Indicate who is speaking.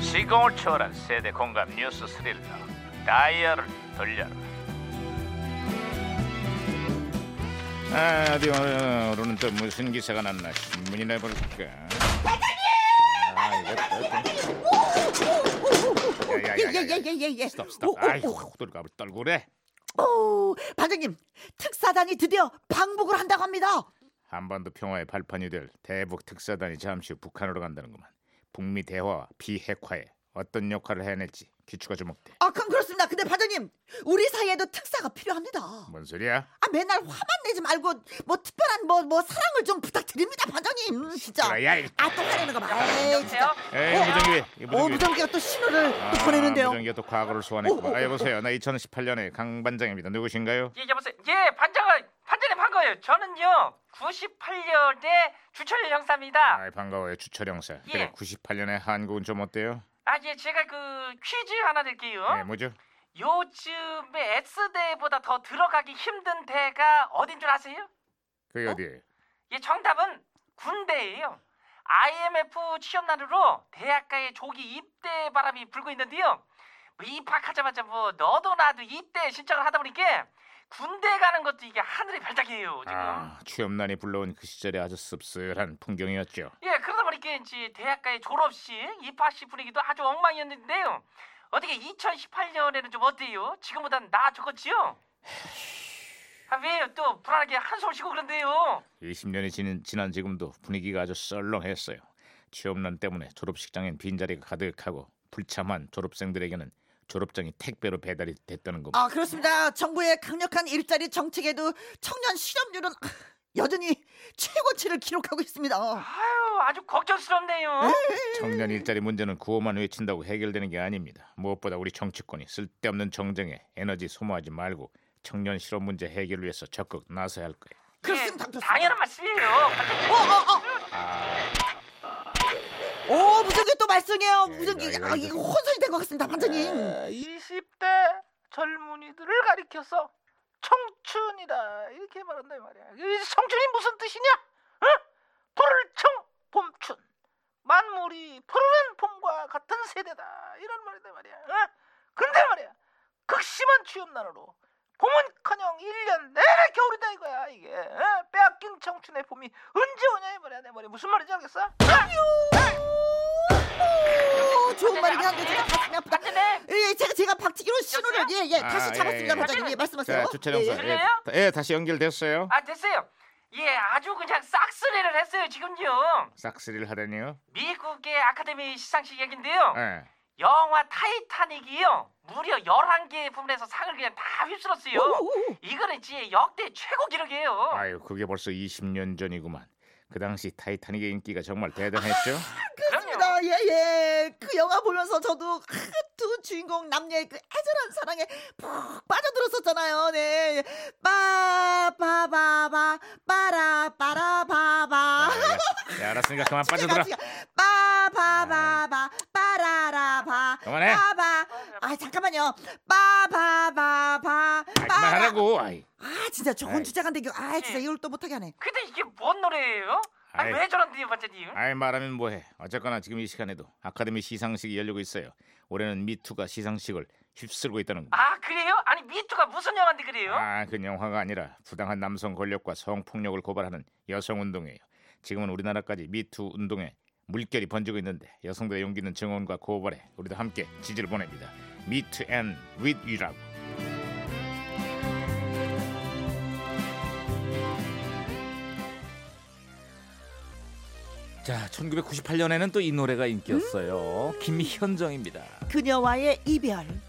Speaker 1: 시공을 초월한 세대 공감 뉴스 스릴러 다이얼을 돌려라 아, 어디 오늘, 오늘은 또 무슨 기사가 났나 신문이나 해볼까 아, 반장님!
Speaker 2: 예예예예예예.
Speaker 1: 스톱 스톱
Speaker 2: 어.
Speaker 1: 아이고 돌갑을 떨고 그래
Speaker 2: 오, 반장님 특사단이 드디어 방북을 한다고 합니다.
Speaker 1: 한반도 평화의 발판이 될 대북 특사단이 잠시 후 북한으로 간다는구만 북미 대화와 비핵화에 어떤 역할을 해낼지 기추가 주목돼
Speaker 2: 아 그럼 그렇습니다. 근데 반장님 우리 사이에도 특사가 필요합니다.
Speaker 1: 뭔 소리야?
Speaker 2: 아 맨날 화만 내지 말고 뭐 특별한 뭐 뭐 사랑을 좀 부탁드립니다, 반장님. 진짜.
Speaker 1: 그래, 음, 야, 이-
Speaker 2: 아또 화내는 거 봐. 에이, 진짜.
Speaker 1: 에이
Speaker 2: 어?
Speaker 1: 무전기 이거
Speaker 2: 어 무전기가 또 신호를 또 보내는데요.
Speaker 1: 아, 무전기가 또 과거를
Speaker 2: 오, 오,
Speaker 1: 소환했고.
Speaker 2: 오.
Speaker 1: 아 여보세요. 나 2018년에 강 반장입니다. 누구신가요?
Speaker 3: 예, 여보세요. 예, 반장아, 반장님 반가워요. 저는요, 98년에 주철 형사입니다.
Speaker 1: 아 반가워요. 주철 형사.
Speaker 3: 예.
Speaker 1: 그래 98년에 한국은 좀 어때요?
Speaker 3: 아, 예, 제가 그 퀴즈 하나 드릴게요.
Speaker 1: 네 뭐죠?
Speaker 3: 요즘에 S대보다 더 들어가기 힘든 대가 어딘 줄 아세요?
Speaker 1: 그게 어? 디예요
Speaker 3: 예, 정답은 군대예요. IMF 취업난으로 대학가에 조기 입대 바람이 불고 있는데요. 뭐 입학하자마자 뭐 너도 나도 입대 신청을 하다 보니까 군대 가는 것도 이게 하늘의 별따기예요 지금.
Speaker 1: 아 취업난이 불러온 그 시절의 아주 씁쓸한 풍경이었죠.
Speaker 3: 예, 그러다 보니까 이제 대학가의 졸업식, 입학식 분위기도 아주 엉망이었는데요. 어떻게 2018년에는 좀 어때요? 지금보단 나아졌겠지요? 아, 왜요? 또 불안하게 한숨 쉬고 그런데요.
Speaker 1: 20년이 지난, 지난 지금도 분위기가 아주 썰렁했어요. 취업난 때문에 졸업식장엔 빈자리가 가득하고 불참한 졸업생들에게는 졸업장이 택배로 배달이 됐다는 겁니다.
Speaker 2: 아 그렇습니다. 정부의 강력한 일자리 정책에도 청년 실업률은 여전히 최고치를 기록하고 있습니다.
Speaker 3: 아유, 아주 걱정스럽네요. 예,
Speaker 1: 청년 일자리 문제는 구호만 외친다고 해결되는 게 아닙니다. 무엇보다 우리 정치권이 쓸데없는 정쟁에 에너지 소모하지 말고 청년 실업 문제 해결을 위해서 적극 나서야 할 거예요. 네,
Speaker 2: 그렇습니다.
Speaker 3: 예,
Speaker 2: 그렇습니다.
Speaker 3: 당연한 말씀이에요.
Speaker 2: 오 무전기 또 말썽이에요.
Speaker 1: 예,
Speaker 2: 무전기
Speaker 1: 이거, 이거,
Speaker 2: 아
Speaker 1: 이거.
Speaker 2: 이거 혼선이 된 것 같습니다, 반장님.
Speaker 3: 20대 젊은이들을 가리켜서 청춘이다 이렇게 말한다 말이야. 청춘이 무슨 뜻이냐? 어? 푸를청 봄춘 만물이 푸르른 봄과 같은 세대다 이런 말이다 말이야. 어? 근데 말이야 극심한 취업난으로 봄은커녕 1년 내내 겨울이다 이거야 이게. 어? 빼앗긴 청춘의 봄이 언제 오냐 이 말이야 내 말이 무슨 말인지 알겠어?
Speaker 1: 네.
Speaker 2: 오, 어, 좋은 말이긴 한데 제가 가슴이 아프다.
Speaker 3: 반전해.
Speaker 2: 예, 제가 제가 박치기로 신호를 예예 다시
Speaker 1: 아,
Speaker 2: 잡았습니다,
Speaker 1: 예, 예.
Speaker 2: 반장님. 예, 말씀하세요.
Speaker 1: 자, 주철 형사.
Speaker 2: 예, 예.
Speaker 1: 예,
Speaker 3: 들려요?
Speaker 1: 다- 예, 다시 연결됐어요.
Speaker 3: 아 됐어요. 예, 아주 그냥 싹쓸이를 했어요 지금요.
Speaker 1: 싹쓸이를 하다니요.
Speaker 3: 미국의 아카데미 시상식 얘긴데요.
Speaker 1: 예.
Speaker 3: 영화 타이타닉이요. 무려 11개 부문에서 상을 그냥 다 휩쓸었어요. 이거는 이제 역대 최고 기록이에요.
Speaker 1: 아유, 그게 벌써 20년 전이구만. 그 당시 타이타닉의 인기가 정말 대단했죠.
Speaker 2: 그렇습니다. 예예 그 영화 보면서 저도 아, 두 주인공 남녀의 그 애절한 사랑에 푹 빠져들었었잖아요. 네, 빠바바바 빠라 빠라바바.
Speaker 1: 예, 알았으니까 그만 빠져들어.
Speaker 2: 빠바바바 빠라라바.
Speaker 1: 그만해.
Speaker 2: 빠바. 아 잠깐만요. 빠바바바.
Speaker 1: 아, 그만하라고. 네. 아이.
Speaker 2: 아 진짜 좋은
Speaker 1: 아이.
Speaker 2: 주제가 되게 아 진짜 이걸 또 못하게 하네.
Speaker 3: 근데 이게 뭔 노래예요? 아니,
Speaker 1: 아이.
Speaker 3: 왜 저런데요, 반장님?
Speaker 1: 아이 말하면 뭐해. 어쨌거나 지금 이 시간에도 아카데미 시상식이 열리고 있어요. 올해는 미투가 시상식을 휩쓸고 있다는 겁니다.
Speaker 3: 아, 그래요? 아니, 미투가 무슨 영화인데 그래요?
Speaker 1: 아, 그 영화가 아니라 부당한 남성 권력과 성폭력을 고발하는 여성 운동이에요. 지금은 우리나라까지 미투 운동에 물결이 번지고 있는데 여성들의 용기 있는 증언과 고발에 우리도 함께 지지를 보냅니다. 미투 앤 with you라고.
Speaker 4: 자, 1998년에는 또 이 노래가 인기였어요. 김현정입니다.
Speaker 2: 그녀와의 이별.